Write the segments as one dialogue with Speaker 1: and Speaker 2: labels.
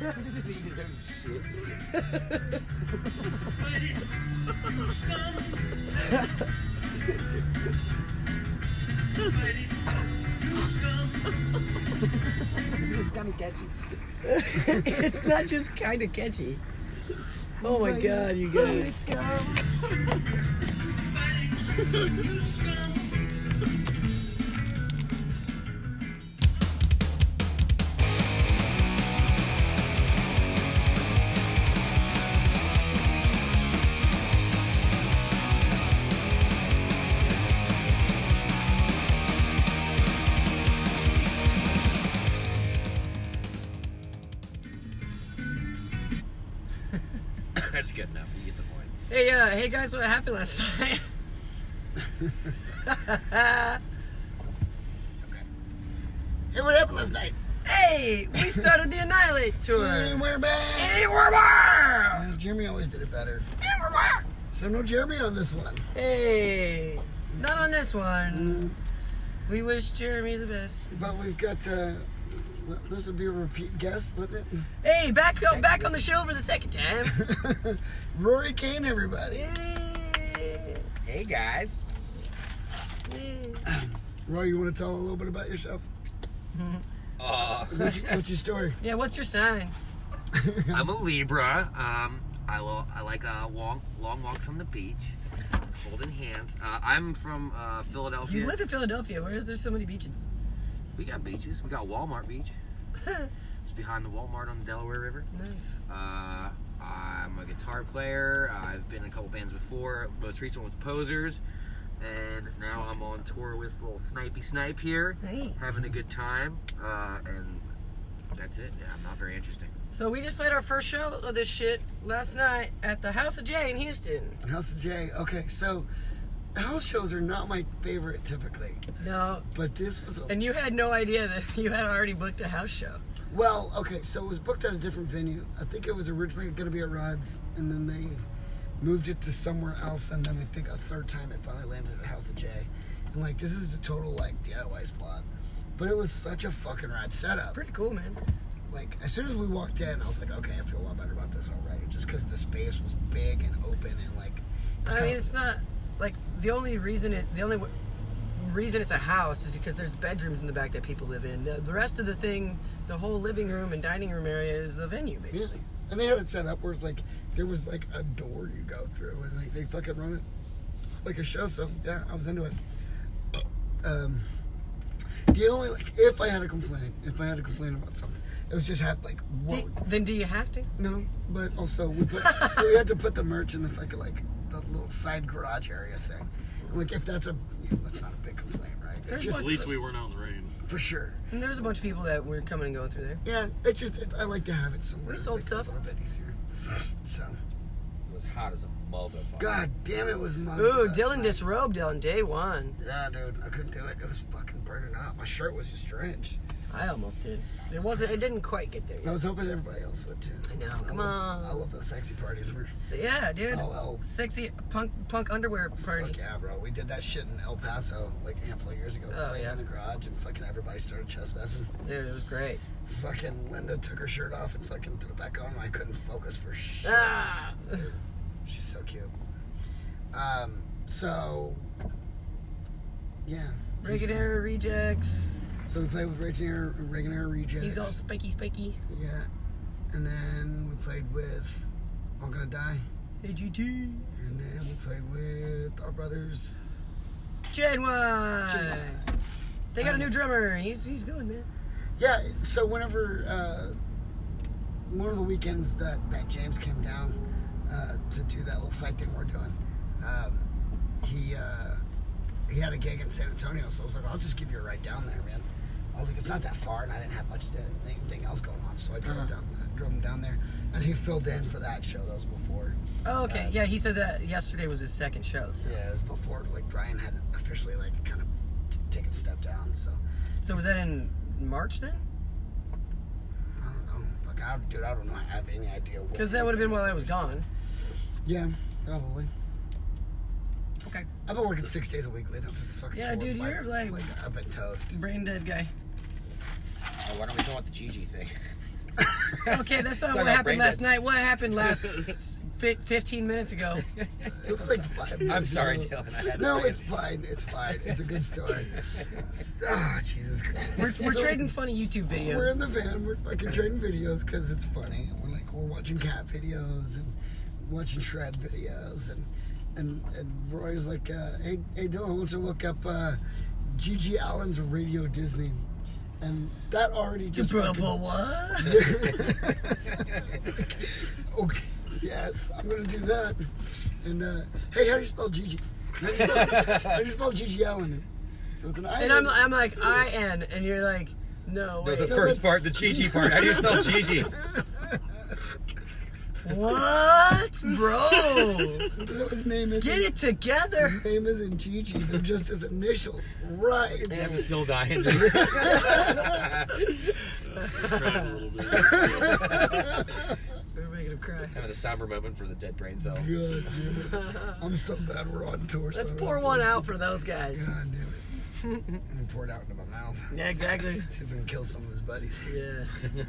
Speaker 1: this is eating his own shit. It's kind of catchy.
Speaker 2: it's not just kind of catchy. Oh my god, you guys.
Speaker 1: That's good enough. You get the point.
Speaker 2: Hey, uh, hey guys, what happened last night?
Speaker 1: Hey, what happened last night?
Speaker 2: Hey, we started the Annihilate tour.
Speaker 1: And we're back.
Speaker 2: Hey, we're back!
Speaker 1: Uh, Jeremy always did it better.
Speaker 2: Hey, we're back!
Speaker 1: So no Jeremy on this one.
Speaker 2: Hey, not on this one. We wish Jeremy the best.
Speaker 1: But we've got. Uh, well, this would be a repeat guest, wouldn't
Speaker 2: Hey, back up, back on the show for the second time.
Speaker 1: it? Rory Kane, everybody.
Speaker 2: hey guys.
Speaker 1: Roy, you want to tell a little bit about yourself? Uh. What's, what's your story?
Speaker 2: Yeah, what's your sign?
Speaker 3: I'm a Libra. Um, I, lo- I like uh, long, long walks on the beach, holding hands. Uh, I'm from uh, Philadelphia.
Speaker 2: You live in Philadelphia. Where is there so many beaches?
Speaker 3: we got beaches. We got Walmart Beach. it's behind the Walmart on the Delaware River.
Speaker 2: Nice.
Speaker 3: Uh, I'm a guitar player. I've been in a couple bands before. Most recent one was Posers. And now I'm on tour with little Snipey Snipe here.
Speaker 2: Hey.
Speaker 3: Having a good time. Uh, and that's it. Yeah, I'm not very interesting.
Speaker 2: So we just played our first show of this shit last night at the House of Jay in Houston.
Speaker 1: House of Jay. Okay, so house shows are not my favorite typically,
Speaker 2: No,
Speaker 1: but this was a
Speaker 2: and you had no idea that you had already booked a house show.
Speaker 1: Well, okay, so it was booked at a different venue. I think it was originally going to be at Rod's, and then they moved it to somewhere else, and then I think a third time it finally landed at House of J. And like, this is the total like DIY spot, but it was such a fucking rad setup.
Speaker 2: Pretty cool, man.
Speaker 1: Like, as soon as we walked in, I was like, okay, I feel a lot better about this already, just because the space was big and open and like. it's
Speaker 2: I
Speaker 1: kinda-
Speaker 2: mean, it's not like the only reason it the only w- reason it's a house is because there's bedrooms in the back that people live in. The, the rest of the thing, the whole living room and dining room area is the venue,
Speaker 1: Yeah.
Speaker 2: basically.
Speaker 1: And they had it set up where it's like there was like a door you go through and like they fucking run it like a show, so yeah, I was into it. Um the only like if I had a complaint, if I had a complaint about something, it was just had like whoa
Speaker 2: Do- then do you have to?
Speaker 1: no, but also we put so we had to put the merch in the fucking like the little side garage area thing. And like if that's a you know, that's not a big complaint, right? It's
Speaker 2: There's
Speaker 1: just
Speaker 4: At least we weren't out in the rain.
Speaker 1: for sure.
Speaker 2: And there was a bunch of people that were coming and going through there.
Speaker 1: Yeah, it's just it, I like to have it somewhere.
Speaker 2: We
Speaker 1: to
Speaker 2: sold
Speaker 1: make it
Speaker 2: stuff.
Speaker 1: a little bit easier. So
Speaker 3: It was hot as a motherfucker.
Speaker 1: God damn it was my
Speaker 2: Ooh, Dylan disrobed on day one.
Speaker 1: Yeah, dude, I couldn't do it. It was fucking burning up. My shirt was just drenched.
Speaker 2: I almost did. It wasn't. It didn't quite get there. Yet.
Speaker 1: I was hoping everybody else would too.
Speaker 2: I know, come
Speaker 1: love-
Speaker 2: on.
Speaker 1: I love those sexy parties. We're
Speaker 2: So, yeah, dude.
Speaker 1: Oh, well.
Speaker 2: Sexy punk punk underwear party.
Speaker 1: fuck yeah, bro. We did that shit in El Paso like a handful of years ago.
Speaker 2: Oh,
Speaker 1: Played
Speaker 2: yeah.
Speaker 1: in the garage and fucking everybody started chest vesting.
Speaker 2: Dude, it was great.
Speaker 1: Fucking Linda took her shirt off and fucking threw it back on. And I couldn't focus for shit.
Speaker 2: Ah!
Speaker 1: She's so cute. Um, so yeah.
Speaker 2: Reagan era rejects.
Speaker 1: So we played with Raging Air, Reagan Air Rejects.
Speaker 2: He's all spiky, spiky.
Speaker 1: Yeah. And then we played with All Gonna Die.
Speaker 2: AGT.
Speaker 1: And then we played with our brothers. Uh,
Speaker 2: Genuine. They got a new drummer. He's he's good, man.
Speaker 1: Yeah, so whenever uh, one of the weekends that, that James came down uh, to do that little side thing we're doing, um, he uh, he had a gig in San Antonio, so I was like, I'll just give you a ride down there, man. I was like, it's not that far, and I didn't have much to, anything else going on, so I drove down uh, drove him down there, and he filled in for that show that was before.
Speaker 2: Oh, okay. yeah, he said that yesterday was his second show. So,
Speaker 1: Yeah, it was before like Brian had officially like kind of t- taken a step down. So
Speaker 2: so was that in March then?
Speaker 1: I don't know. Fuck, I, dude, I don't know. I have any idea. what-
Speaker 2: Because that would have been while I was gone.
Speaker 1: Yeah, probably.
Speaker 2: Okay.
Speaker 1: I've been working six days a week leading up to this fucking.
Speaker 2: Yeah,
Speaker 1: tour.
Speaker 2: dude, you're, like-
Speaker 1: like uh, I've been toast.
Speaker 2: Brain dead guy.
Speaker 3: why don't we talk about the Gigi thing?
Speaker 2: okay, that's not
Speaker 4: Talking
Speaker 2: what
Speaker 4: about
Speaker 2: happened
Speaker 4: brain
Speaker 2: last
Speaker 4: dead.
Speaker 2: night. What happened last fi 15 minutes ago?
Speaker 1: It was like five minutes
Speaker 4: I'm sorry,
Speaker 1: ago.
Speaker 4: Dylan. I had to
Speaker 1: No,
Speaker 4: say
Speaker 1: it's fine. It's fine. It's a good story. Ah, Jesus Christ.
Speaker 2: We're, we're
Speaker 1: So,
Speaker 2: trading funny YouTube videos.
Speaker 1: We're in the van. We're fucking trading videos because it's funny. We're like we're watching cat videos and watching shred videos and and and Roy's like, uh, hey hey Dylan, I want you to look up uh, Gigi Allen's Radio Disney, and that already just fucking-
Speaker 2: what?
Speaker 1: okay, yes, I'm gonna do that. And uh, hey, how do you spell Gigi? How do you spell, how do you spell Gigi Allen? So with an I.
Speaker 2: And I'm, uh, I'm like, I N, and you're like, no,
Speaker 4: No,
Speaker 2: wait.
Speaker 4: the
Speaker 1: No, that's-
Speaker 4: first part, the Gigi part. How do you spell Gigi?
Speaker 2: what? Bro,
Speaker 1: That's what his name is.
Speaker 2: get it together.
Speaker 1: His name isn't Gigi. They're just his initials, right?
Speaker 4: I'm still dying.
Speaker 2: We're making him cry.
Speaker 4: Having a somber moment for the dead brain cell.
Speaker 1: God damn it. I'm so bad. We're on tour.
Speaker 2: Let's
Speaker 1: so I
Speaker 2: pour
Speaker 1: don't-
Speaker 2: one out for those guys.
Speaker 1: God damn it. I'm gonna pour it out into my mouth.
Speaker 2: Yeah, exactly.
Speaker 1: See if I can kill some of his buddies.
Speaker 2: Yeah.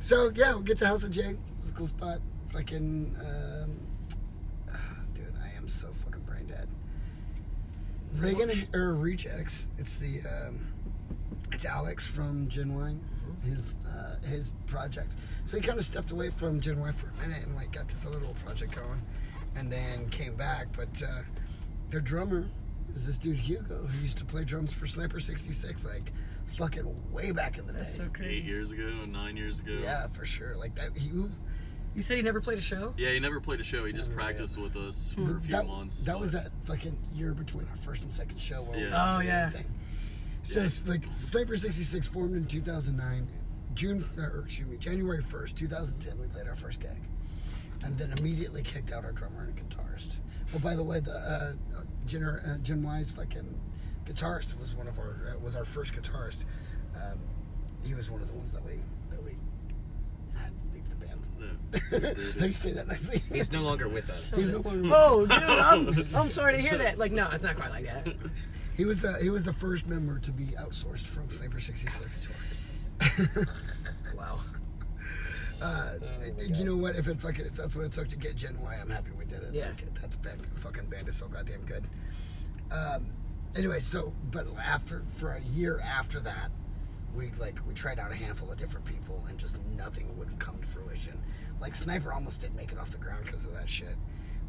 Speaker 1: So yeah, we get to House of Jake. It's a cool spot. Fucking um, ah, dude, I am so fucking brain dead. Reagan or Rejects. It's the um, it's Alex from Gin Wine.
Speaker 2: Mm-hmm.
Speaker 1: His uh, his project. So he kind of stepped away from Gin Wine for a minute and like got this other little project going, and then came back. But uh, their drummer is this dude Hugo who used to play drums for Sniper sixty six like fucking way back in the
Speaker 2: That's
Speaker 1: day.
Speaker 2: so
Speaker 5: eight
Speaker 2: crazy.
Speaker 5: years ago, nine years ago.
Speaker 1: Yeah, for sure. Like that, you
Speaker 2: You said he never played a show?
Speaker 5: Yeah, he never played a show. He just practiced with us for a few
Speaker 1: that,
Speaker 5: months.
Speaker 1: that was
Speaker 5: but-
Speaker 1: that fucking year between our first and second show. Where
Speaker 5: Yeah.
Speaker 1: We
Speaker 2: Oh,
Speaker 1: didn't do
Speaker 2: yeah.
Speaker 1: Anything. So it's like Sniper sixty six formed in two thousand nine, June or excuse me, January first, two thousand ten. We played our first gig, and then immediately kicked out our drummer and guitarist. Oh, by the way, the uh, uh, Jen, uh, Jen Wise fucking guitarist was one of our uh, was our first guitarist. Um, he was one of the ones that we that we had leave the band. How do you say that nicely?
Speaker 4: He's no longer with us.
Speaker 1: He's no longer.
Speaker 2: Oh, dude, I'm, I'm sorry to hear that. Like, no, it's not quite like that.
Speaker 1: He was the he was the first member to be outsourced from Sniper Uh, 66.
Speaker 2: Wow.
Speaker 1: you know what? If it fucking if that's what it took to get Gen Y, I'm happy we did it.
Speaker 2: Yeah.
Speaker 1: Like, that fucking- fucking band is so goddamn good. Um, anyway, so but after for a year after that, we like we tried out a handful of different people and just nothing would come to fruition. Like Sniper almost didn't make it off the ground because of that shit.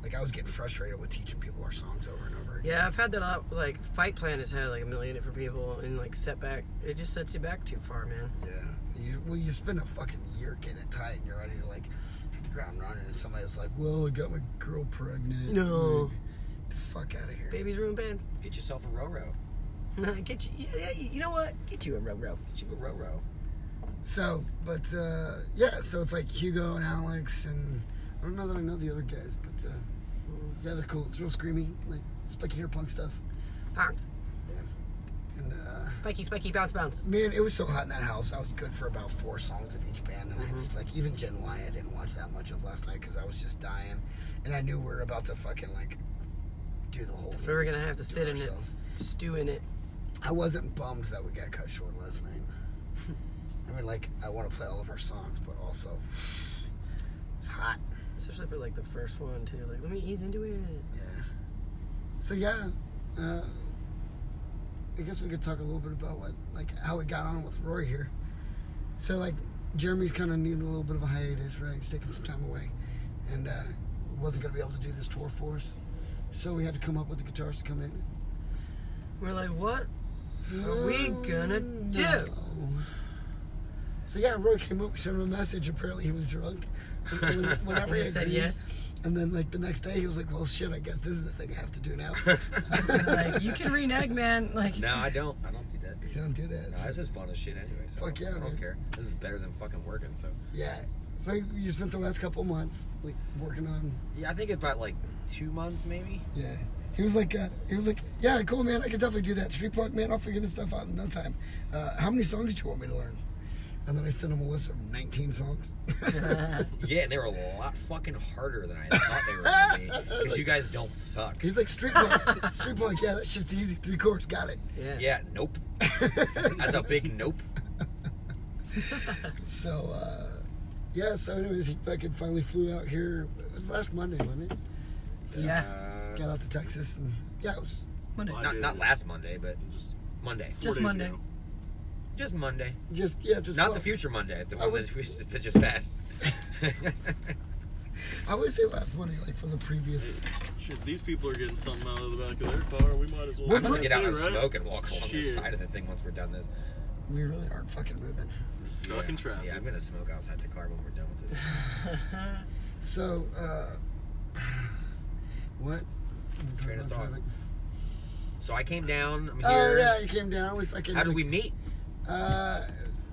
Speaker 1: Like I was getting frustrated with teaching people our songs over and over. again.
Speaker 2: Yeah, I've had that a lot. Like, Fight Plan has had like a million different people, and like, setback, it just sets you back too far, man.
Speaker 1: Yeah. You, well, you spend a fucking year getting it tight, and you're ready to like hit the ground running, and somebody's like, "Well, I got my girl pregnant."
Speaker 2: No.
Speaker 1: Like, the fuck out of here.
Speaker 2: Babies ruin bands.
Speaker 4: Get yourself a Roro.
Speaker 2: Get you, yeah, yeah, you know what? Get you a row row.
Speaker 4: Get you a Roro.
Speaker 1: So, but uh, yeah, so it's like Hugo and Alex, and I don't know that I know the other guys, but uh, yeah, they're cool. It's real screamy, like spiky hair punk stuff.
Speaker 2: Pounce.
Speaker 1: And uh,
Speaker 2: Spiky, spiky, bounce, bounce.
Speaker 1: man, it was so hot in that house. I was good for about four songs of each band, and I just like even Gen Y, I didn't watch that much of last night because I was just dying, and I knew we were about to fucking like do the whole.
Speaker 2: We were
Speaker 1: thing
Speaker 2: gonna have
Speaker 1: to
Speaker 2: to sit in it,
Speaker 1: ourselves.
Speaker 2: stew in it.
Speaker 1: I wasn't bummed that we got cut short last night. I mean, like I want to play all of our songs, but also it's hot.
Speaker 2: Especially for like the first one too. Like, let me ease into it.
Speaker 1: Yeah. So yeah, uh, I guess we could talk a little bit about what, like, how we got on with Roy here. So like, Jeremy's kind of needing a little bit of a hiatus, right? He's taking some time away, and uh, wasn't gonna be able to do this tour for us. So we had to come up with the guitars to come in.
Speaker 2: We're like, what are we gonna do?
Speaker 1: So yeah, Roy came up, we sent him a message. Apparently he was drunk. When- Whenever
Speaker 2: He said
Speaker 1: agreed.
Speaker 2: yes.
Speaker 1: And then like the next day he was like, well, shit, I guess this is the thing I have to do now.
Speaker 2: like, you can renege, man. Like,
Speaker 4: No, I don't. I don't do that.
Speaker 1: you don't do that.
Speaker 4: No, this is fun as shit anyway. So
Speaker 1: Fuck yeah,
Speaker 4: I don't
Speaker 1: man.
Speaker 4: care. This is better than fucking working. So
Speaker 1: Yeah. So you spent the last couple months like working on.
Speaker 4: yeah, I think about like two months maybe.
Speaker 1: Yeah. He was like, uh, he was like, yeah, cool, man. I could definitely do that. Street punk, man. I'll figure this stuff out in no time. Uh, how many songs do you want me to learn? And then I sent him a list of 19 songs.
Speaker 4: Yeah, and they were a lot fucking harder than I thought they were gonna be. Because you guys don't suck.
Speaker 1: He's like, street punk, street punk. Yeah, that shit's easy. Three chords, got it.
Speaker 2: yeah.
Speaker 4: Yeah, nope. That's a big nope.
Speaker 1: so, uh, yeah, so, anyways, he fucking finally flew out here. It was last Monday, wasn't it?
Speaker 2: yeah.
Speaker 4: Uh,
Speaker 1: Got out to Texas, and yeah, it was.
Speaker 2: Monday.
Speaker 5: Monday.
Speaker 4: not not last Monday, but
Speaker 5: Just
Speaker 4: Monday.
Speaker 5: four
Speaker 2: Just
Speaker 5: days
Speaker 2: Monday.
Speaker 5: ago.
Speaker 4: Just Monday.
Speaker 1: Just yeah, just
Speaker 4: Not
Speaker 1: well,
Speaker 4: the future Monday, the
Speaker 1: I
Speaker 4: one
Speaker 1: would-
Speaker 4: that, we, that just passed.
Speaker 1: I always say last Monday, like for the previous.
Speaker 5: Shit, these people are getting something out of the back of their car. We might as well.
Speaker 4: I'm
Speaker 5: do
Speaker 4: gonna
Speaker 5: it
Speaker 4: get out
Speaker 5: too,
Speaker 4: and
Speaker 5: right?
Speaker 4: smoke and walk along the
Speaker 5: Shit.
Speaker 4: side of the thing once we're done this.
Speaker 1: We really aren't fucking moving.
Speaker 5: We're stuck in traffic.
Speaker 4: Yeah, I'm gonna smoke outside the car when we're done with this.
Speaker 1: So, uh, what? I'm talking
Speaker 4: Train of
Speaker 1: about
Speaker 4: thought.
Speaker 1: traffic.
Speaker 4: So I came down. I'm
Speaker 1: Oh
Speaker 4: here.
Speaker 1: yeah, you came down. We fucking.
Speaker 4: How did we meet?
Speaker 1: Uh,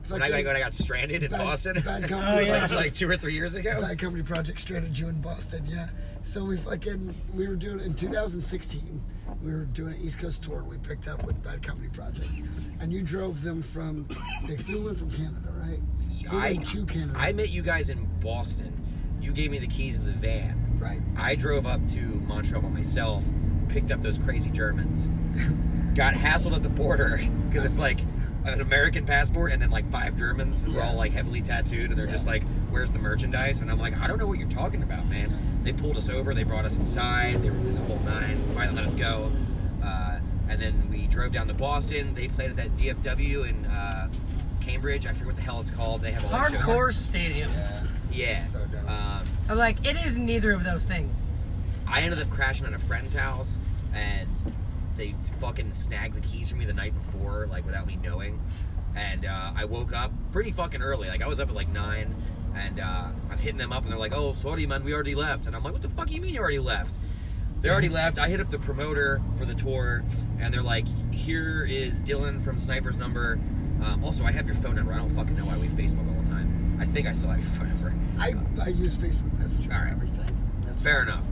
Speaker 4: When I,
Speaker 1: fucking
Speaker 4: got- when I got stranded in
Speaker 1: bad-
Speaker 4: Boston,
Speaker 1: Bad company.
Speaker 2: Oh, yeah.
Speaker 4: like, like two or three years ago.
Speaker 1: Bad Company Project stranded you in Boston, yeah. So we fucking we were doing in 2016. We were doing an East Coast tour. and We picked up with Bad Company Project, and you drove them from. They flew in from Canada, right? Flew
Speaker 4: I,
Speaker 1: in to Canada,
Speaker 4: I met you guys in Boston. You gave me the keys to the van.
Speaker 1: right?
Speaker 4: I drove up to Montreal by myself, picked up those crazy Germans, got hassled at the border because it's like an American passport and then like five Germans who are all like heavily tattooed and they're just like, "Where's the merchandise?" And I'm like, "I don't know what you're talking about, man." They pulled us over. They brought us inside. They were through the whole nine. Finally, let us go. Uh, and then we drove down to Boston. They played at that VFW in uh, Cambridge. I forget what the hell it's called. They have all that show-
Speaker 2: Hardcore Stadium.
Speaker 4: yeah.
Speaker 1: So dumb.
Speaker 4: um,
Speaker 2: I'm like, it is neither of those things.
Speaker 4: I ended up crashing at a friend's house, and they fucking snagged the keys from me the night before, like without me knowing. And uh, I woke up pretty fucking early. Like I was up at like nine, and uh, I'm hitting them up, and they're like, "Oh, sorry, man, we already left." And I'm like, "What the fuck you mean you already left?" They already left. I hit up the promoter for the tour, and they're like, "Here is Dylan from Sniper's number." Um, also, I have your phone number. I don't fucking know why we Facebook all the time. I think I still have your phone number.
Speaker 1: I I use Facebook Messenger
Speaker 4: All
Speaker 1: for
Speaker 4: right.
Speaker 1: everything. That's
Speaker 4: Fair enough.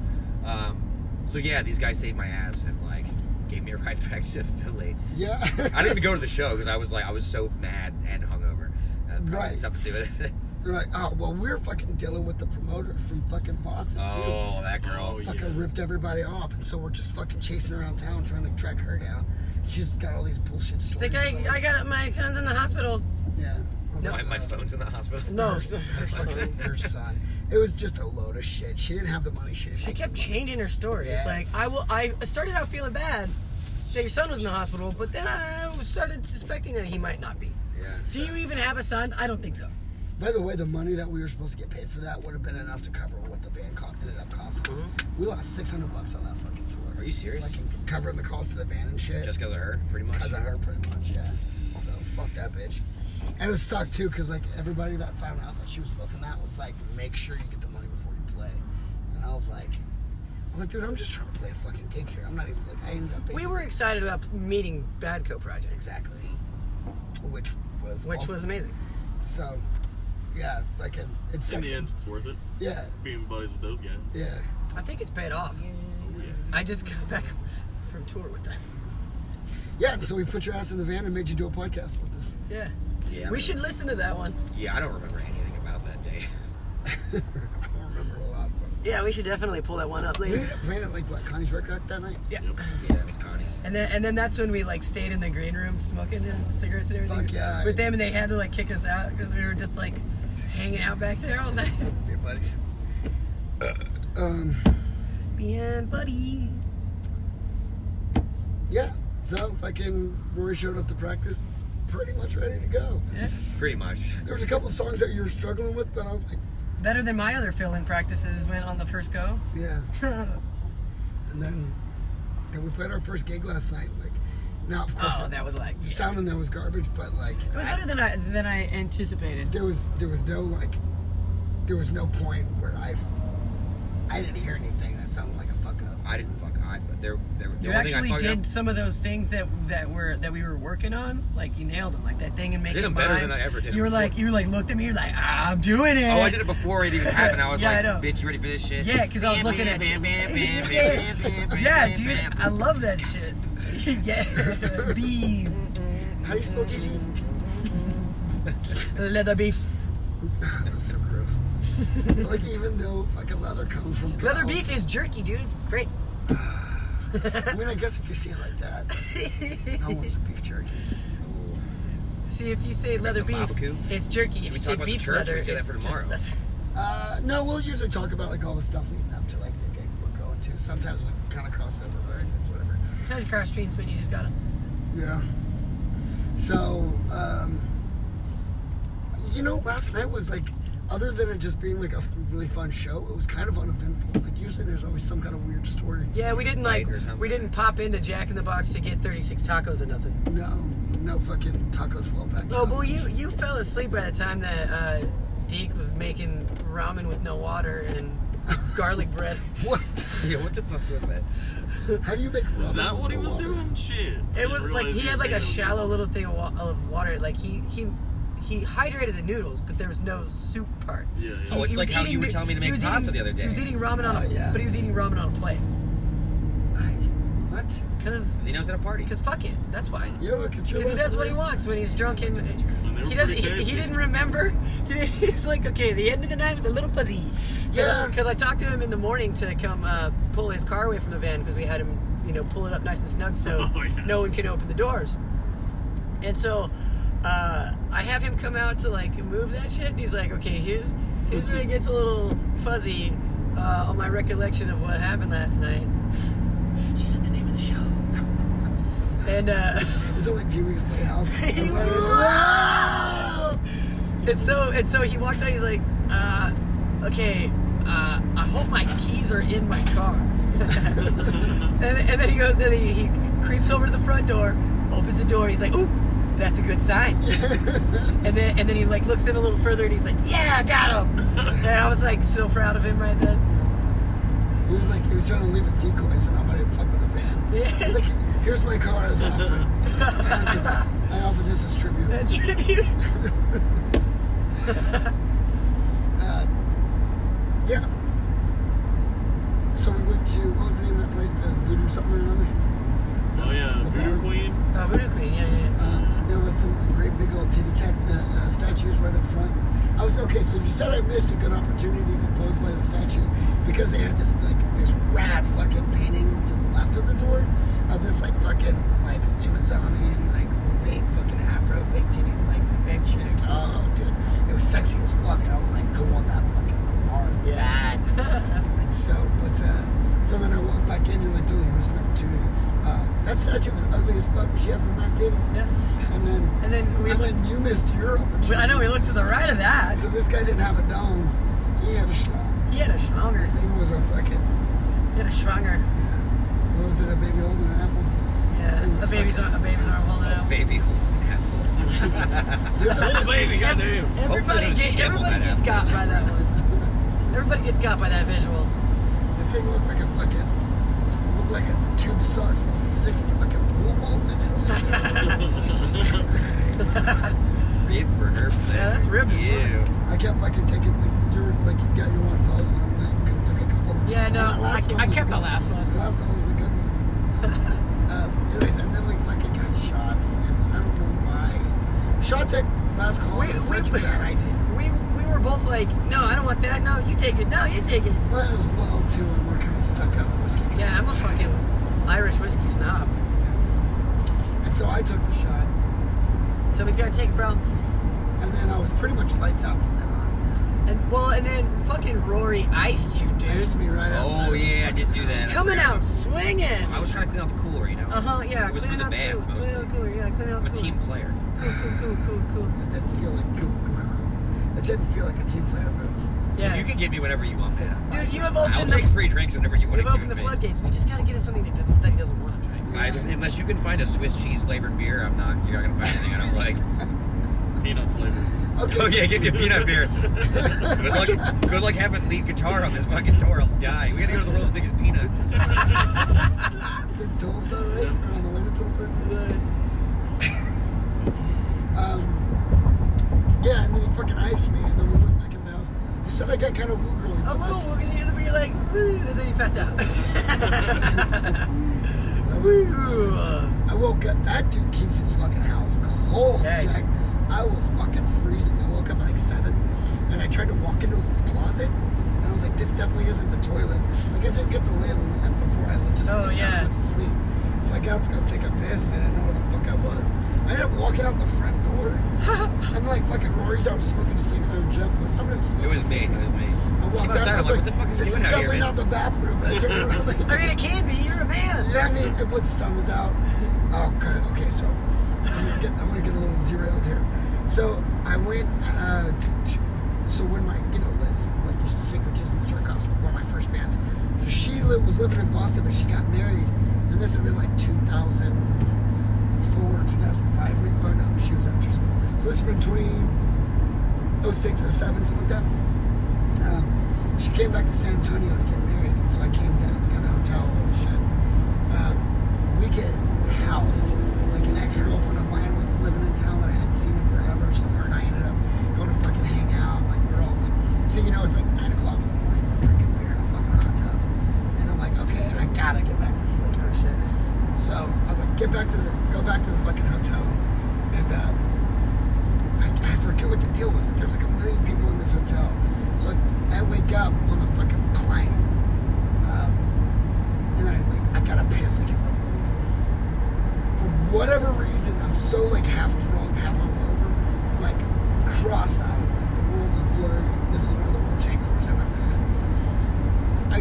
Speaker 4: Um, so yeah, these guys saved my ass and like gave me a ride back to Philly.
Speaker 1: Yeah.
Speaker 4: I didn't even go to the show because I was like I was so mad and hungover. Uh, probably
Speaker 1: Right.
Speaker 4: had Something to do with it.
Speaker 1: right. Oh well, we're fucking dealing with the promoter from fucking Boston too.
Speaker 4: oh, that girl.
Speaker 5: Oh, yeah.
Speaker 1: Fucking ripped everybody off, and so we're just fucking chasing around town trying to track her down. She's got all these bullshit stories.
Speaker 2: It's like, I,
Speaker 1: about-
Speaker 2: I got my son's in the hospital.
Speaker 1: yeah. I was
Speaker 4: My,
Speaker 1: like,
Speaker 4: my
Speaker 1: uh,
Speaker 4: phone's in the hospital.
Speaker 2: No,
Speaker 1: her son. Her son. It was just a load of shit. She didn't have the money. She didn't
Speaker 2: she
Speaker 1: have
Speaker 2: kept changing her story. It's
Speaker 1: Yeah.
Speaker 2: like I will. I started out feeling bad that your son was in the hospital, but then I started suspecting that he might not be.
Speaker 1: Yeah,
Speaker 2: Do you even have a son? I don't think so.
Speaker 1: By the way, the money that we were supposed to get paid for that would have been enough to cover what the van co- ended up costing us. We lost 600 bucks on that fucking tour.
Speaker 4: Are you serious?
Speaker 1: Fucking covering the cost of the van and shit.
Speaker 4: Just because of her, pretty much.
Speaker 1: Because of her, pretty much, yeah. So, fuck that bitch. And it was sucked, too, because, like, everybody that found out that she was booking that was like, make sure you get the money before you play. And I was like, I was like, dude, I'm just trying to play a fucking gig here. I'm not even, like, I ended up
Speaker 2: We
Speaker 1: basically-
Speaker 2: were excited about meeting Bad Co Project,
Speaker 1: Exactly. Which was
Speaker 2: which
Speaker 1: awesome.
Speaker 2: was amazing.
Speaker 1: So, yeah, like it, it
Speaker 5: In
Speaker 1: sucks.
Speaker 5: the end, it's worth it.
Speaker 1: Yeah,
Speaker 5: Being buddies with those guys.
Speaker 1: yeah.
Speaker 2: I think it's paid off.
Speaker 5: Oh yeah.
Speaker 2: I just got back from tour with them.
Speaker 1: Yeah, so we put your ass in the van and made you do a podcast with us.
Speaker 2: Yeah.
Speaker 4: Yeah.
Speaker 2: We should listen to that one.
Speaker 4: yeah, I don't remember anything about that day.
Speaker 1: I don't remember a lot, but
Speaker 2: Yeah, we should definitely pull that one up
Speaker 1: we
Speaker 2: later.
Speaker 1: ended up playing at like what Connie's Red Rock that night.
Speaker 2: Yeah.
Speaker 4: Yeah, that was Connie's.
Speaker 2: And then and then that's when we like stayed in the green room smoking and cigarettes and everything
Speaker 1: Fuck yeah.
Speaker 2: with them, and they had to like kick us out because we were just like hanging out back there all night.
Speaker 1: Beer buddies.
Speaker 5: Uh.
Speaker 1: Um,
Speaker 2: Being buddy.
Speaker 1: yeah. So fucking Rory showed up to practice, pretty much ready to go.
Speaker 4: Pretty much.
Speaker 1: There was a couple songs that you were struggling with, but I was like,
Speaker 2: Better than my other fill-in practices went on the first go.
Speaker 1: yeah. and then, then we played our first gig last night. Like, now of course
Speaker 2: Oh, that was like
Speaker 1: the sound in there was garbage, but like
Speaker 2: it was better than I than I anticipated.
Speaker 1: there was there was no like there was no point where I I didn't hear anything that sounded like a fuck up.
Speaker 4: I didn't fuck. I but there there the
Speaker 2: You
Speaker 4: only thing I
Speaker 2: actually
Speaker 4: fucked
Speaker 2: did
Speaker 4: up.
Speaker 2: some of those things that that were that we were working on. Like you nailed them, like that thing and making
Speaker 4: 'em better
Speaker 2: mine.
Speaker 4: than I ever did 'em
Speaker 2: You were
Speaker 4: before.
Speaker 2: like you were like looked at me. You're like "Ah, I'm doing it.
Speaker 4: Oh, I did it before it even happened. I was
Speaker 2: Yeah, I
Speaker 4: like,
Speaker 2: know.
Speaker 4: "Bitch, you ready for this shit?"
Speaker 2: Yeah, because I was looking at you. yeah, dude, I love that shit. yeah, bees,
Speaker 1: How do you spell GG?
Speaker 2: leather beef.
Speaker 1: that was so gross. like even though fucking leather comes from
Speaker 2: Leather
Speaker 1: cows,
Speaker 2: beef is jerky, dude. It's great.
Speaker 1: I mean, I guess if you say it like that, no one's a beef jerky.
Speaker 4: Ooh.
Speaker 2: See, if you say leather
Speaker 4: some
Speaker 2: beef,
Speaker 4: barbecue?
Speaker 2: it's jerky. If
Speaker 4: we
Speaker 2: you
Speaker 4: talk
Speaker 2: say
Speaker 4: about the
Speaker 2: beef
Speaker 4: church?
Speaker 2: leather,
Speaker 4: We say that
Speaker 2: it's
Speaker 4: for
Speaker 2: just
Speaker 4: tomorrow.
Speaker 2: leather.
Speaker 1: Uh, no, we'll usually talk about like all the stuff leading up to like the gig we're going to. Sometimes we kind of cross over, but it's whatever.
Speaker 2: Sometimes you cross streams when you just gotta.
Speaker 1: Yeah. So, um, you know, last night was like, other than it just being like a f- really fun show, it was kind of uneventful. Like usually, there's always some kind of weird story.
Speaker 2: Yeah, we didn't
Speaker 4: Fight
Speaker 2: like
Speaker 4: or something.
Speaker 2: we didn't pop into Jack in the Box to get 36 tacos or nothing.
Speaker 1: No, no fucking tacos well packed.
Speaker 2: Oh, well, you you fell asleep by the time that uh, Deke was making ramen with no water and garlic bread.
Speaker 1: What?
Speaker 4: Yeah, what the fuck was that?
Speaker 1: How do you make?
Speaker 5: Is
Speaker 1: ramen
Speaker 5: that
Speaker 1: with
Speaker 5: what he
Speaker 1: no
Speaker 5: was
Speaker 1: water?
Speaker 5: doing? Shit.
Speaker 2: It was like he had like a shallow little
Speaker 5: little.
Speaker 2: thing of, wa- of water. Like he he he hydrated the noodles, but there was no soup part.
Speaker 5: Yeah, yeah.
Speaker 2: He-
Speaker 4: Oh, it's
Speaker 2: he
Speaker 4: like
Speaker 2: was
Speaker 4: how
Speaker 2: eating
Speaker 4: you were
Speaker 2: no-
Speaker 4: telling me to
Speaker 2: he
Speaker 4: make
Speaker 2: was
Speaker 4: pasta
Speaker 2: eating-
Speaker 4: the other day.
Speaker 2: He was eating ramen on a
Speaker 1: Oh, yeah.
Speaker 2: but he was eating ramen on a plate
Speaker 1: Like, What?
Speaker 2: because
Speaker 4: He knows at a party.
Speaker 2: because fuck it, that's why.
Speaker 1: Yeah, look, it's your.
Speaker 2: Because he
Speaker 1: life,
Speaker 2: does what he
Speaker 1: right?
Speaker 2: wants when he's drunk and uh,
Speaker 5: they were
Speaker 2: he doesn't.
Speaker 5: pretty
Speaker 2: He, he
Speaker 5: tasty.
Speaker 2: didn't remember. He didn't- he's like, okay, the end of the night was a little fuzzy.
Speaker 1: Yeah.
Speaker 2: Because I talked to him in the morning to come uh, pull his car away from the van because we had him, you know, pull it up nice and snug so
Speaker 5: Oh, yeah.
Speaker 2: no one can open the doors. And so uh, I have him come out to like move that shit, and he's like, okay, here's here's where it gets a little fuzzy uh, on my recollection of what happened last night. She said the name of the show. And uh,
Speaker 1: Is it like Pee Wee's Playhouse?
Speaker 2: He was And so and so he walks out. He's like, uh, "Okay, uh, I hope my keys are in my car." and, and then he goes. And he, he creeps over to the front door, opens the door. He's like, "Ooh, that's a good sign." and then and then he like looks in a little further, and he's like, "Yeah, I got him." and I was like so proud of him right then.
Speaker 1: He was like, he was trying to leave a decoy so nobody would fuck with the van.
Speaker 2: Yeah.
Speaker 1: He's like, here's my car as offer. I offer this as tribute.
Speaker 2: That's tribute.
Speaker 1: Uh, Yeah. So we went to what was the name of that place? The Voodoo something or another.
Speaker 5: Oh yeah,
Speaker 1: The
Speaker 5: Voodoo
Speaker 1: bar.
Speaker 5: Queen.
Speaker 2: Oh, Voodoo Queen. Yeah, yeah. yeah.
Speaker 1: Um, there was some great big old titty cat uh, uh, statues right up front. I was okay. So you said I missed a good opportunity to pose by the statue because they had this like this rad fucking painting to the left of the door of this like fucking like Amazonian like big fucking afro big titty like
Speaker 2: Big
Speaker 1: chick. Oh dude, it was sexy as fuck, and I was like, I want that fucking art bad. And so, but uh, so then I walked back in and went, dude, was an opportunity. Uh, that statue was ugly as fuck, but she has the nice titties.
Speaker 2: Yeah.
Speaker 1: And then,
Speaker 2: And then we
Speaker 1: and
Speaker 2: looked.
Speaker 1: then you missed your opportunity.
Speaker 2: I know we looked to the right of that.
Speaker 1: So this guy didn't have a dome. He had a schlong.
Speaker 2: He had a schlonger.
Speaker 1: His thing was a fucking.
Speaker 2: He had a schwanger.
Speaker 1: What was it? A baby holding an apple. It
Speaker 2: Yeah,
Speaker 1: was
Speaker 2: a baby's arm, a baby's arm holding out.
Speaker 4: Baby, holding apple.
Speaker 1: There's
Speaker 5: Oh
Speaker 1: a,
Speaker 5: baby, goddamn.
Speaker 2: Everybody,
Speaker 4: there's a
Speaker 2: get,
Speaker 4: stem on
Speaker 2: everybody
Speaker 4: that
Speaker 2: gets got by that one. Everybody gets got by that visual.
Speaker 1: the thing looked like a fucking. Looked like a tube of socks with six fucking pool balls in it.
Speaker 4: Rib for her.
Speaker 2: Yeah, that's rib as
Speaker 4: Ew.
Speaker 1: I kept fucking taking like you were like you got your one pose and I went and took a couple.
Speaker 2: Yeah, no,
Speaker 1: And that last
Speaker 2: I-
Speaker 1: one
Speaker 2: I
Speaker 1: was
Speaker 2: kept
Speaker 1: good.
Speaker 2: the last one.
Speaker 1: The last one was the good one. um, anyways, and then we fucking got shots, and I don't know why. Shots at last call
Speaker 2: We,
Speaker 1: is such a
Speaker 2: we,
Speaker 1: bad idea.
Speaker 2: we, we were both like, no, I don't want that. No, you take it. No, you take it.
Speaker 1: Well, it was well too, and we're kind of stuck up. Whiskey.
Speaker 2: Yeah, I'm a fucking Irish whiskey snob.
Speaker 1: And so I took the shot,
Speaker 2: Somebody's gotta take it, bro.
Speaker 1: and then I was pretty much lights out from then on.
Speaker 2: And well, and then fucking Rory iced you,
Speaker 1: Yeah. Iced
Speaker 2: dude.
Speaker 1: me right outside.
Speaker 4: Oh yeah, I did do that. I
Speaker 2: Coming
Speaker 4: forgot.
Speaker 2: out swinging.
Speaker 4: I was trying to clean out the cooler, you know.
Speaker 2: Uh huh. Yeah,
Speaker 4: It was for
Speaker 2: cleaning
Speaker 4: the
Speaker 2: out the
Speaker 4: band
Speaker 2: cooler.
Speaker 4: mostly.
Speaker 2: Cleaning out the cooler. Yeah, cleaning out
Speaker 4: I'm
Speaker 2: the
Speaker 4: a
Speaker 2: cooler.
Speaker 4: team player.
Speaker 2: Cool, cool, cool, cool, cool.
Speaker 1: It didn't feel like cool, cool, cool. It didn't feel like a team player move.
Speaker 2: Yeah.
Speaker 4: You can give me whatever you want, man.
Speaker 2: Dude, you have
Speaker 4: I'll
Speaker 2: opened
Speaker 4: take
Speaker 2: the,
Speaker 4: free drinks whenever you want
Speaker 2: you've
Speaker 4: to give
Speaker 2: opened
Speaker 4: it
Speaker 2: the
Speaker 4: me.
Speaker 2: floodgates. We just gotta get him something that, doesn't, that he doesn't want to drink.
Speaker 4: I- unless you can find a Swiss cheese flavored beer, I'm not. You're not gonna find anything I don't like.
Speaker 5: Peanut flavor.
Speaker 1: Okay.
Speaker 4: Oh yeah, give me a peanut beer. good luck. Good luck having lead guitar on this fucking tour. I'll die. We gotta go to the world's biggest peanut.
Speaker 1: It's in Tulsa, right? Or on the way to Tulsa? um, yeah, and then he fucking iced me, and then we went back into the house. He said I got kind of woo girly.
Speaker 2: A little woogie, and then you're like, woo, and then you passed out.
Speaker 1: I, was- I was done. I woke up. That dude keeps his fucking house cold,
Speaker 2: Yeah.
Speaker 1: Jack. I was fucking freezing. I woke up at like seven, and I tried to walk into his closet, and I was like, "This definitely isn't the toilet." Like I didn't get the lay of the land before I just
Speaker 2: Oh,
Speaker 1: laid down and
Speaker 2: yeah.
Speaker 1: went to sleep. So I got up to go take a piss, and I didn't know where the fuck I was. I ended up walking out the front door, and like fucking Rory's out smoking a cigarette. Or Jeff was. Somebody was
Speaker 4: It
Speaker 1: smoking a cigarette.
Speaker 4: was me. It was me.
Speaker 1: I walked out. and
Speaker 4: Outside,
Speaker 1: I
Speaker 4: I'm
Speaker 1: was like,
Speaker 4: like, "What the fuck are you
Speaker 1: "This
Speaker 4: doing
Speaker 1: is
Speaker 4: out here,
Speaker 1: definitely
Speaker 4: man?"
Speaker 1: not the bathroom." And I turned around. Like,
Speaker 2: I mean, it can be. You're a man.
Speaker 1: yeah, I mean, it, but the sun was out. Oh, good. Okay, so I'm gonna get, I'm gonna get a little derailed here. So I went. Uh, t- t- so when my, you know, Liz, like used to sing for Jizz and the Jerk Offs, one of my first bands. So she li- was living in Boston, but she got married, and this had been like 2004, 2005. Maybe, or no, she was after school. So this had been 2006, 07, something like that um, she came back to San Antonio to get married, so I came down, got a hotel, all this shit. Um, we get housed. Like an ex-girlfriend of mine was living in town that I hadn't seen in forever, so her and I ended up going to fucking hang out. Like we're all like, so you know, it's like nine o'clock in the morning, we're drinking beer in a fucking hot tub, and I'm like, okay, I gotta get back to sleep.
Speaker 2: Oh, shit.
Speaker 1: So I was like, get back to the, go back to the fucking hotel. And um, I, I forget what the deal was, but there's like a million people in this hotel. So I, I wake up on the fucking recliner. Um, and then I like, I gotta piss, like you wouldn't believe. For whatever reason, I'm so like half drunk, half hungover, like cross-eyed, like the world is blurry. This is one of the worst hangovers I've ever had. I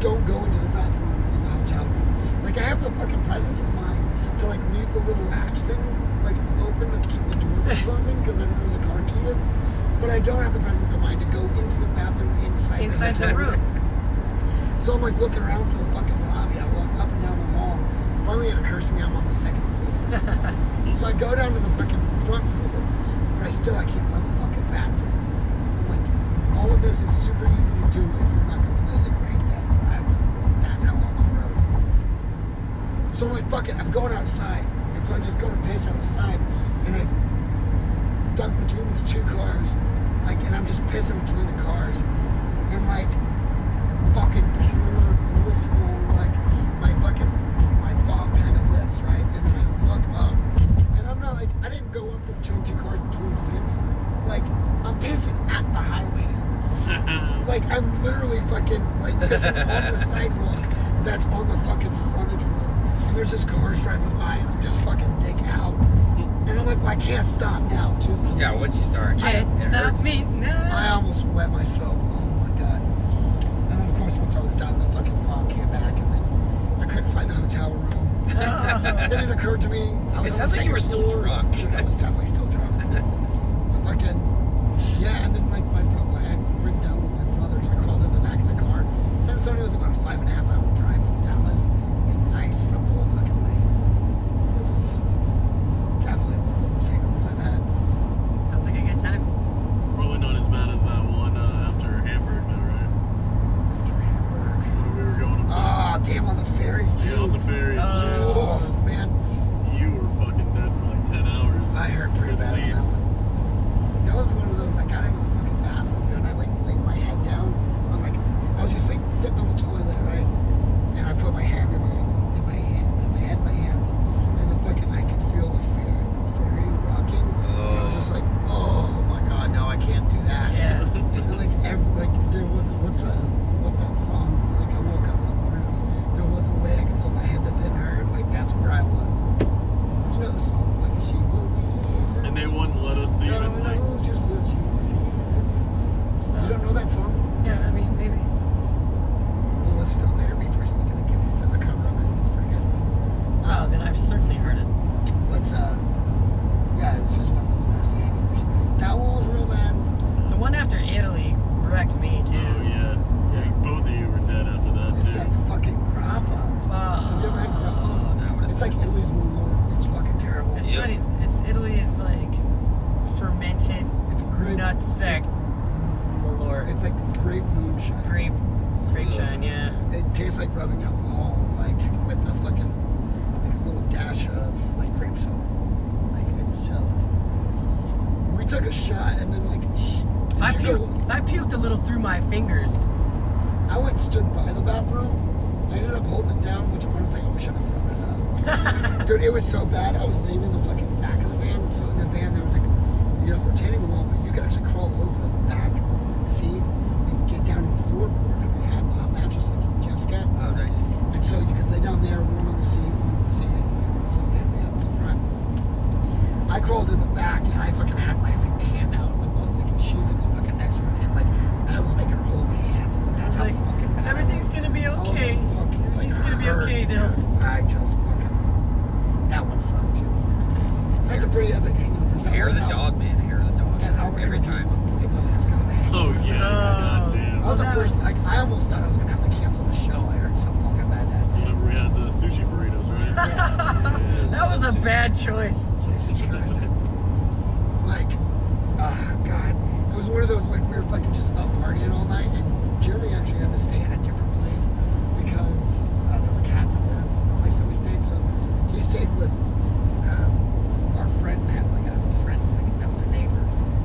Speaker 1: don't go into the bathroom in the hotel room. Like I have the fucking presence of mind to like leave the little latch thing like open to keep the door from closing because I don't know where the car key is. But I don't have the presence of mind to go into the bathroom inside
Speaker 2: Inside the
Speaker 1: hotel
Speaker 2: room.
Speaker 1: So I'm like looking around for the fucking lobby. I walk up and down the wall. Finally, it occurs to me I'm on the second floor. so I go down to the fucking front floor, but I still I can't find the fucking bathroom. I'm like, all of this is super easy to do if you're not completely brain dead. But I was, like, that's how hungover I was. So I'm like, fuck it, I'm going outside. And so I just go to piss outside and I duck between these two cars. Like and I'm just pissing between the cars. And like fucking pure blissful, like my fucking my fog kind of lifts, right? And then I look up and I'm not like I didn't go up between two cars between a fence. Like I'm pissing at the highway like I'm literally fucking like pissing on the sidewalk that's on the fucking frontage road. And there's just cars driving by, and I'm just fucking dick out. And I'm like, well, I can't stop now, too.
Speaker 4: Yeah, once you start,
Speaker 2: Can't
Speaker 4: it
Speaker 2: stop
Speaker 4: hurts.
Speaker 2: me
Speaker 1: I
Speaker 2: now.
Speaker 1: almost wet myself. Oh my god. And then, of course, once I was done, the fucking fog came back, and then I couldn't find the hotel room. then it occurred to me. I was
Speaker 4: It
Speaker 1: on
Speaker 4: sounds
Speaker 1: the
Speaker 4: like you were
Speaker 1: second
Speaker 4: still
Speaker 1: floor.
Speaker 4: drunk.
Speaker 1: Dude, I was definitely still drunk. I fucking. Yeah, and then, like, my brother, I had written down with my brothers. I crawled in the back of the car. San Antonio is about a five and a half hour drive from Dallas. And I slept the whole fucking way. It was definitely one of the worst hangovers I've had.
Speaker 2: Sounds like a good time.
Speaker 5: Probably not as bad as that one uh, after Hamburg, though, right?
Speaker 1: After Hamburg.
Speaker 5: When we were going up
Speaker 1: Ah, damn, on the ferry,
Speaker 5: to
Speaker 1: too.
Speaker 5: yeah, on the ferry. and
Speaker 1: Uh,
Speaker 2: Oh.
Speaker 1: Oh man,
Speaker 5: shit. You were fucking dead for like 10 hours.
Speaker 1: I heard pretty
Speaker 5: At
Speaker 1: bad. on That
Speaker 5: least.
Speaker 1: one. That was one of those. I got into the fucking bathroom and I like laid my head down. I'm like, I was just like sitting on the toilet, right? And I put my hand in my in my hand, in my head, in my hands, and the fucking I could feel the ferry, ferry rocking. And I was just like, oh my god, no, I can't do that.
Speaker 2: Yeah.
Speaker 1: And like every, like there wasn't what's that what's that song? Like I woke up this morning, and there wasn't a way I could hold my head that didn't hurt. Like that's where I was. You know the song like she believes in
Speaker 5: And they
Speaker 1: me.
Speaker 5: wouldn't let us
Speaker 1: God
Speaker 5: even
Speaker 1: only
Speaker 5: like.
Speaker 1: knows just what she sees in me. You don't know that song?
Speaker 2: Yeah, I mean, maybe.
Speaker 1: We'll listen to it later. Me first, and gonna give us does a cover of it. It's pretty good.
Speaker 2: Oh, then I've certainly heard it.
Speaker 1: But uh, yeah, it's just one of those nasty hangovers. That one was real bad.
Speaker 2: The one after Italy wrecked me, too.
Speaker 5: Oh, yeah. oh, yeah. Both of you were dead after
Speaker 1: It's that
Speaker 5: that,
Speaker 1: fucking grappa. Have you ever had grappa?
Speaker 2: Fuck.
Speaker 4: No, what is
Speaker 1: It's
Speaker 4: that?
Speaker 1: like Italy's Malort. It's fucking terrible.
Speaker 2: It's
Speaker 4: Yeah.
Speaker 2: funny. It's Italy's like fermented
Speaker 1: It's grape.
Speaker 2: nutsack malort.
Speaker 1: It's like grape moonshine.
Speaker 2: grape, grape shine. Yeah.
Speaker 1: It tastes like rubbing alcohol, like with a fucking like a little dash of like grape soda. Like it's just. We took a shot and then like. Sh- did
Speaker 2: I
Speaker 1: you go-
Speaker 2: puked. I puked a little through my fingers.
Speaker 1: I went and stood by the bathroom. I ended up holding it down, which honestly I wish I'd have thrown it up. Dude, it was so bad. I was laying in the fucking back of the van. So in the van there was like, you know, retaining wall, but you could actually crawl over the back seat and get down to the floorboard. And we had a mattress like Jeff's got.
Speaker 4: Oh, nice.
Speaker 1: And so you could lay down there, one on the seat, one on the seat, and then someone would be up in the front.
Speaker 4: hair of the dog, man. Hair of the dog.
Speaker 1: That Albuquerque
Speaker 4: Every time.
Speaker 1: one was a disaster.
Speaker 5: Oh yeah. God
Speaker 1: I
Speaker 5: damn.
Speaker 1: was the
Speaker 2: That
Speaker 1: first.
Speaker 2: was-
Speaker 1: Like, I almost thought I was gonna have to cancel the show. I heard so fucking bad that day.
Speaker 5: Remember we had the sushi burritos, right?
Speaker 2: That was a bad choice.
Speaker 1: Jesus Christ. Like, ah, God. It was one of those, like, we were fucking just up partying all night, and Jeremy actually had to stay in a different place because uh, there were cats at the, the place that we stayed, so he stayed with uh, our friend, had like a friend like, that was a neighbor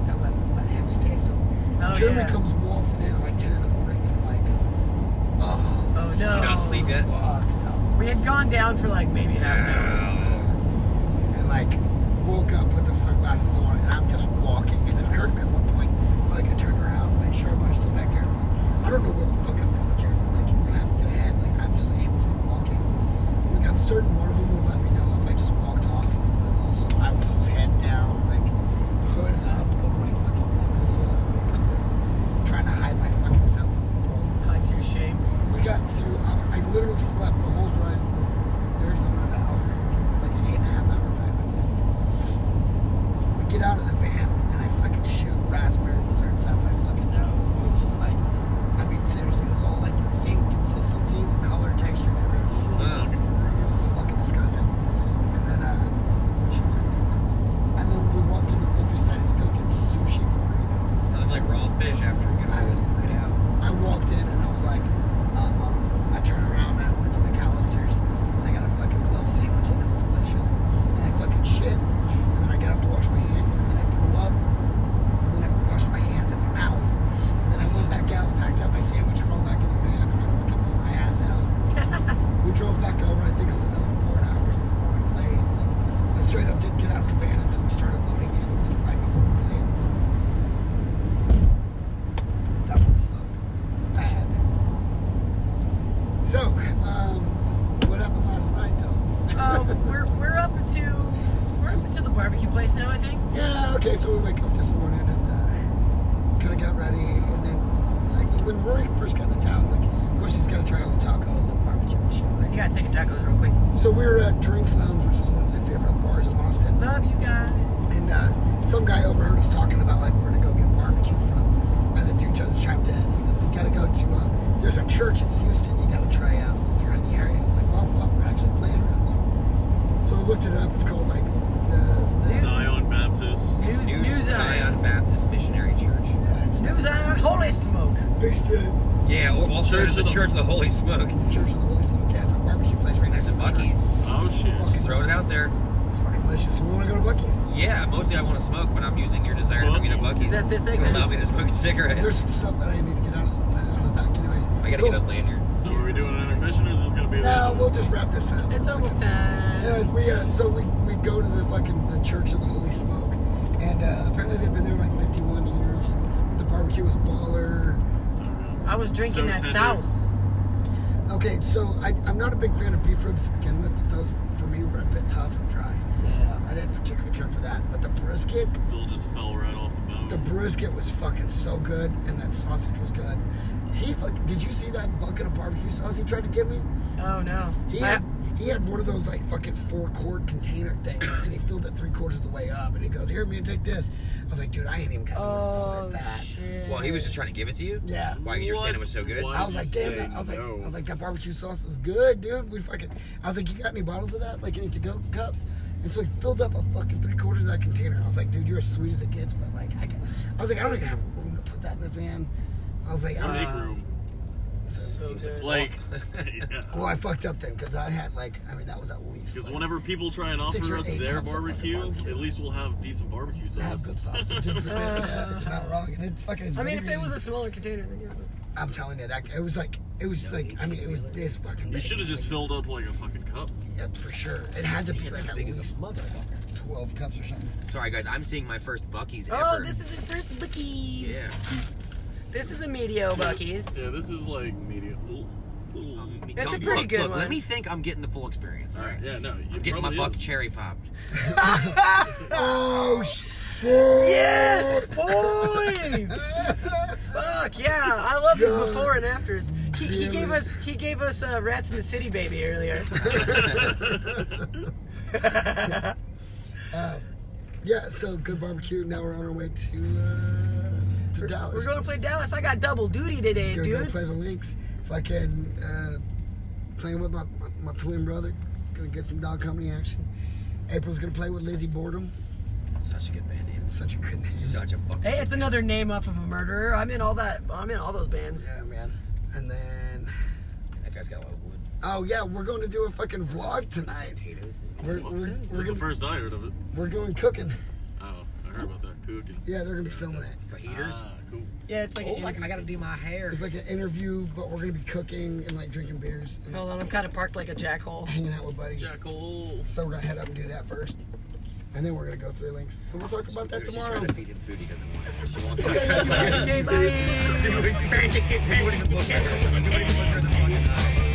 Speaker 1: that let, let him stay, so
Speaker 2: Oh,
Speaker 1: Jeremy
Speaker 2: yeah.
Speaker 1: comes waltzing in at like 10 in the morning, and I'm like, oh,
Speaker 2: Oh
Speaker 4: Did you
Speaker 2: no.
Speaker 4: not sleep yet?
Speaker 1: fuck, no.
Speaker 2: We had gone down for like maybe half an hour.
Speaker 1: and like woke up with the sunglasses on and I'm just walking and it occurred to me at one point like I turned around and make sure everybody's still back there and I was like I don't know where the fuck I'm going Jeremy like you're gonna have to get ahead like I'm just aimlessly walking like I'm certain one of them would let me know if I just walked off but also I was just head down like hood up over my fucking hoodie up I'm just trying to hide my fucking self from the world
Speaker 2: Hide your shame.
Speaker 1: we got to, um, I literally slept the whole drive from Arizona to Albuquerque. It was like an eight and a half hour drive, I think. We get out of the van and I fucking shoot raspberry preserves out of my fucking nose. It was just like, I mean, seriously, it was all like the same consistency, the color, texture, everything. It was just fucking disgusting. And then, uh, and then we walked into the other side to go get sushi burritos.
Speaker 4: Nothing like raw fish after a good
Speaker 1: I-
Speaker 4: night out.
Speaker 1: I walked in and I was like, uh, uh, I turned around and I went to McAllister's and I got a fucking club sandwich and it was delicious. And I fucking shit. And then I got up to wash my hands and then I threw up. And then I washed my hands and my mouth. And then I went back out, packed up my sandwich and rolled back in the van and I fucking blew my ass out. we drove back over, I think it was another four hours before we played. Like, I straight up didn't get out of the van until we started loading in like, right before we played. That one sucked bad. So, um, what happened last night though?
Speaker 2: Um, we're, we're up to we're up to the barbecue place now. I think.
Speaker 1: Yeah, okay, so we wake up this morning and uh, kind of got ready, and then, like, when Rory first got into town, like, of course he's got to try all the tacos and barbecue and shit, right?
Speaker 2: You guys taking tacos real quick.
Speaker 1: So we were at Drinks Lounge, which is one of my favorite bars in Austin.
Speaker 2: Love you guys.
Speaker 1: and uh, some guy overheard us talking about like where to go get barbecue from. And the dude just chimed in. He goes, "You gotta go to uh, there's a church in Houston. You gotta try out if you're in the area." I was like, "Well, fuck, we're actually playing around there." So I looked it up. It's called like the, the
Speaker 5: Zion Baptist.
Speaker 2: New,
Speaker 4: New
Speaker 2: New Zion.
Speaker 4: Zion Baptist Missionary Church.
Speaker 1: yeah, it's
Speaker 2: New Zion. Holy smoke.
Speaker 1: it's the
Speaker 4: Yeah, or also
Speaker 5: Church
Speaker 4: there's the
Speaker 5: of the-
Speaker 4: Church of the Holy Smoke.
Speaker 1: Church of the Holy Smoke. Yeah, it's a barbecue place right next
Speaker 4: There's
Speaker 1: to
Speaker 4: a
Speaker 1: the church.
Speaker 4: Bucky's.
Speaker 5: Oh shit.
Speaker 4: Just throwing it out there.
Speaker 1: It's fucking delicious. We want to go to Bucky's.
Speaker 4: Yeah, mostly I want to smoke, but I'm using your desire to bring me to
Speaker 2: Is
Speaker 4: Bucky's
Speaker 5: Bucky's.
Speaker 2: that this
Speaker 4: to
Speaker 2: exit?
Speaker 4: allow me to smoke a cigarette.
Speaker 1: There's some stuff that I need to get out of the, out of the back, anyways.
Speaker 4: I gotta
Speaker 1: Cool.
Speaker 4: get a lanyard.
Speaker 5: So are we doing an intermission or is this gonna be
Speaker 1: No,
Speaker 5: the
Speaker 1: we'll just wrap this up.
Speaker 2: It's almost time.
Speaker 1: Anyways, we uh, so we, we go to the fucking the Church of the Holy Smoke, and uh, apparently they've been there like 51 years. The barbecue was baller.
Speaker 5: So good.
Speaker 2: I was drinking
Speaker 5: So
Speaker 2: that
Speaker 5: tender.
Speaker 2: sauce.
Speaker 1: Okay, so I, I'm not a big fan of beef ribs to begin with, but those for me were a bit tough and dry.
Speaker 2: Yeah.
Speaker 1: Uh, I didn't particularly care for that, but the brisket,
Speaker 5: Dill just fell right off the bone.
Speaker 1: the brisket was fucking so good, and that sausage was good. He fuck, did you see that bucket of barbecue sauce he tried to give me?
Speaker 2: Oh no.
Speaker 1: He
Speaker 2: I-
Speaker 1: had, he had one of those like fucking four quart container things, and he filled it three quarters of the way up. And he goes, "Here, man, take this." I was like, "Dude, I ain't even got
Speaker 2: oh
Speaker 1: that."
Speaker 2: shit.
Speaker 4: Well, he was just trying to give it to you.
Speaker 1: Yeah.
Speaker 4: Why? Because you're saying it
Speaker 5: What?
Speaker 4: was so good.
Speaker 5: What?
Speaker 1: I was like,
Speaker 5: Just
Speaker 1: "Damn!"
Speaker 5: say
Speaker 1: That. I was like,
Speaker 5: no.
Speaker 1: "I was like, that barbecue sauce was good, dude. We fucking." I was like, "You got any bottles of that? Like any to-go cups?" And so he filled up a fucking three quarters of that container. I was like, "Dude, you're as sweet as it gets," but like, I, got, I was like, "I don't even have room to put that in the van." I was like, "Uh, I don't-
Speaker 5: Make room.
Speaker 2: so
Speaker 1: Uh,
Speaker 2: good.
Speaker 5: Like,
Speaker 1: "Well, I fucked up then because I had like, I mean, that was at least."
Speaker 5: because
Speaker 1: like,
Speaker 5: whenever people try and
Speaker 1: Six
Speaker 5: offer
Speaker 1: or
Speaker 5: us
Speaker 1: eight
Speaker 5: their
Speaker 1: cups of fucking
Speaker 5: barbecue,
Speaker 1: barbecue.
Speaker 5: at least we'll have decent barbecue
Speaker 1: I have
Speaker 5: sauce.
Speaker 1: good sauce. Dude, you're not wrong. And it fucking. it's
Speaker 2: Uh. I mean, if
Speaker 1: bigger
Speaker 2: it
Speaker 1: than-
Speaker 2: was a smaller container, then yeah. but-
Speaker 1: I'm telling you, that it was like it was just like I mean, it was this fucking.
Speaker 5: You
Speaker 1: big.
Speaker 5: should have just filled up like a fucking cup.
Speaker 1: Yeah, for sure. It had to be like at
Speaker 4: Big as a
Speaker 1: least
Speaker 4: motherfucker.
Speaker 1: twelve cups or something.
Speaker 4: Sorry, guys. I'm seeing my first Bucky's ever.
Speaker 2: Oh, this is his first Bucky's.
Speaker 4: Yeah.
Speaker 2: This is a medio Bucky's.
Speaker 5: Yeah, this is like medium. Little, little,
Speaker 2: a
Speaker 4: Don't-
Speaker 2: pretty
Speaker 4: look,
Speaker 2: good
Speaker 4: look,
Speaker 2: one.
Speaker 4: Let me think. I'm getting the full experience. All right.
Speaker 5: yeah, no, you
Speaker 4: I'm getting my
Speaker 5: probably
Speaker 4: buck
Speaker 5: is.
Speaker 4: cherry popped.
Speaker 1: Oh shit!
Speaker 2: Yes, points. Fuck yeah! I love his before and afters. He, he
Speaker 1: Damn
Speaker 2: gave
Speaker 1: it.
Speaker 2: us he gave us uh, Rats in the City Baby earlier.
Speaker 1: yeah, so good barbecue. Now we're on our way to uh, to Dallas.
Speaker 2: We're going to play Dallas. I got double duty today,
Speaker 1: Gonna go
Speaker 2: dudes.
Speaker 1: play the links. If I can, uh, playing with my, my, my twin brother. Gonna get some dog company action. April's gonna play with Lizzie Boredom.
Speaker 4: Such a good band name.
Speaker 1: Such a good name.
Speaker 4: Such a fucking.
Speaker 2: hey, it's another name off of a murderer. I'm in all that. I'm in all those bands.
Speaker 1: Yeah, man. And then,
Speaker 4: That guy's got a lot of wood.
Speaker 1: oh yeah, we're going to do a fucking vlog tonight.
Speaker 4: Potatoes.
Speaker 1: We're,
Speaker 5: What's
Speaker 1: we're,
Speaker 5: that?
Speaker 1: we're,
Speaker 5: That's the
Speaker 1: gonna,
Speaker 5: first I heard of it.
Speaker 1: we're going cooking.
Speaker 5: Oh, I heard about that cooking.
Speaker 1: Yeah, they're gonna be filming it.
Speaker 4: Fajitas.
Speaker 5: Ah, cool.
Speaker 2: Yeah, it's like.
Speaker 4: oh, like I gotta do my hair.
Speaker 1: It's like an interview, but we're gonna be cooking and like drinking beers and
Speaker 2: hold on, I'm kind of parked like a jackhole.
Speaker 1: hanging out with buddies.
Speaker 5: Jackal.
Speaker 1: So we're gonna head up and do that first, and then we're gonna go three links. And we'll talk about that
Speaker 4: She's
Speaker 1: tomorrow.
Speaker 4: trying to feed him food he doesn't want. She wants to.
Speaker 2: okay, bye.
Speaker 4: He wouldn't even look at her. He wouldn't even look her in the fucking eye.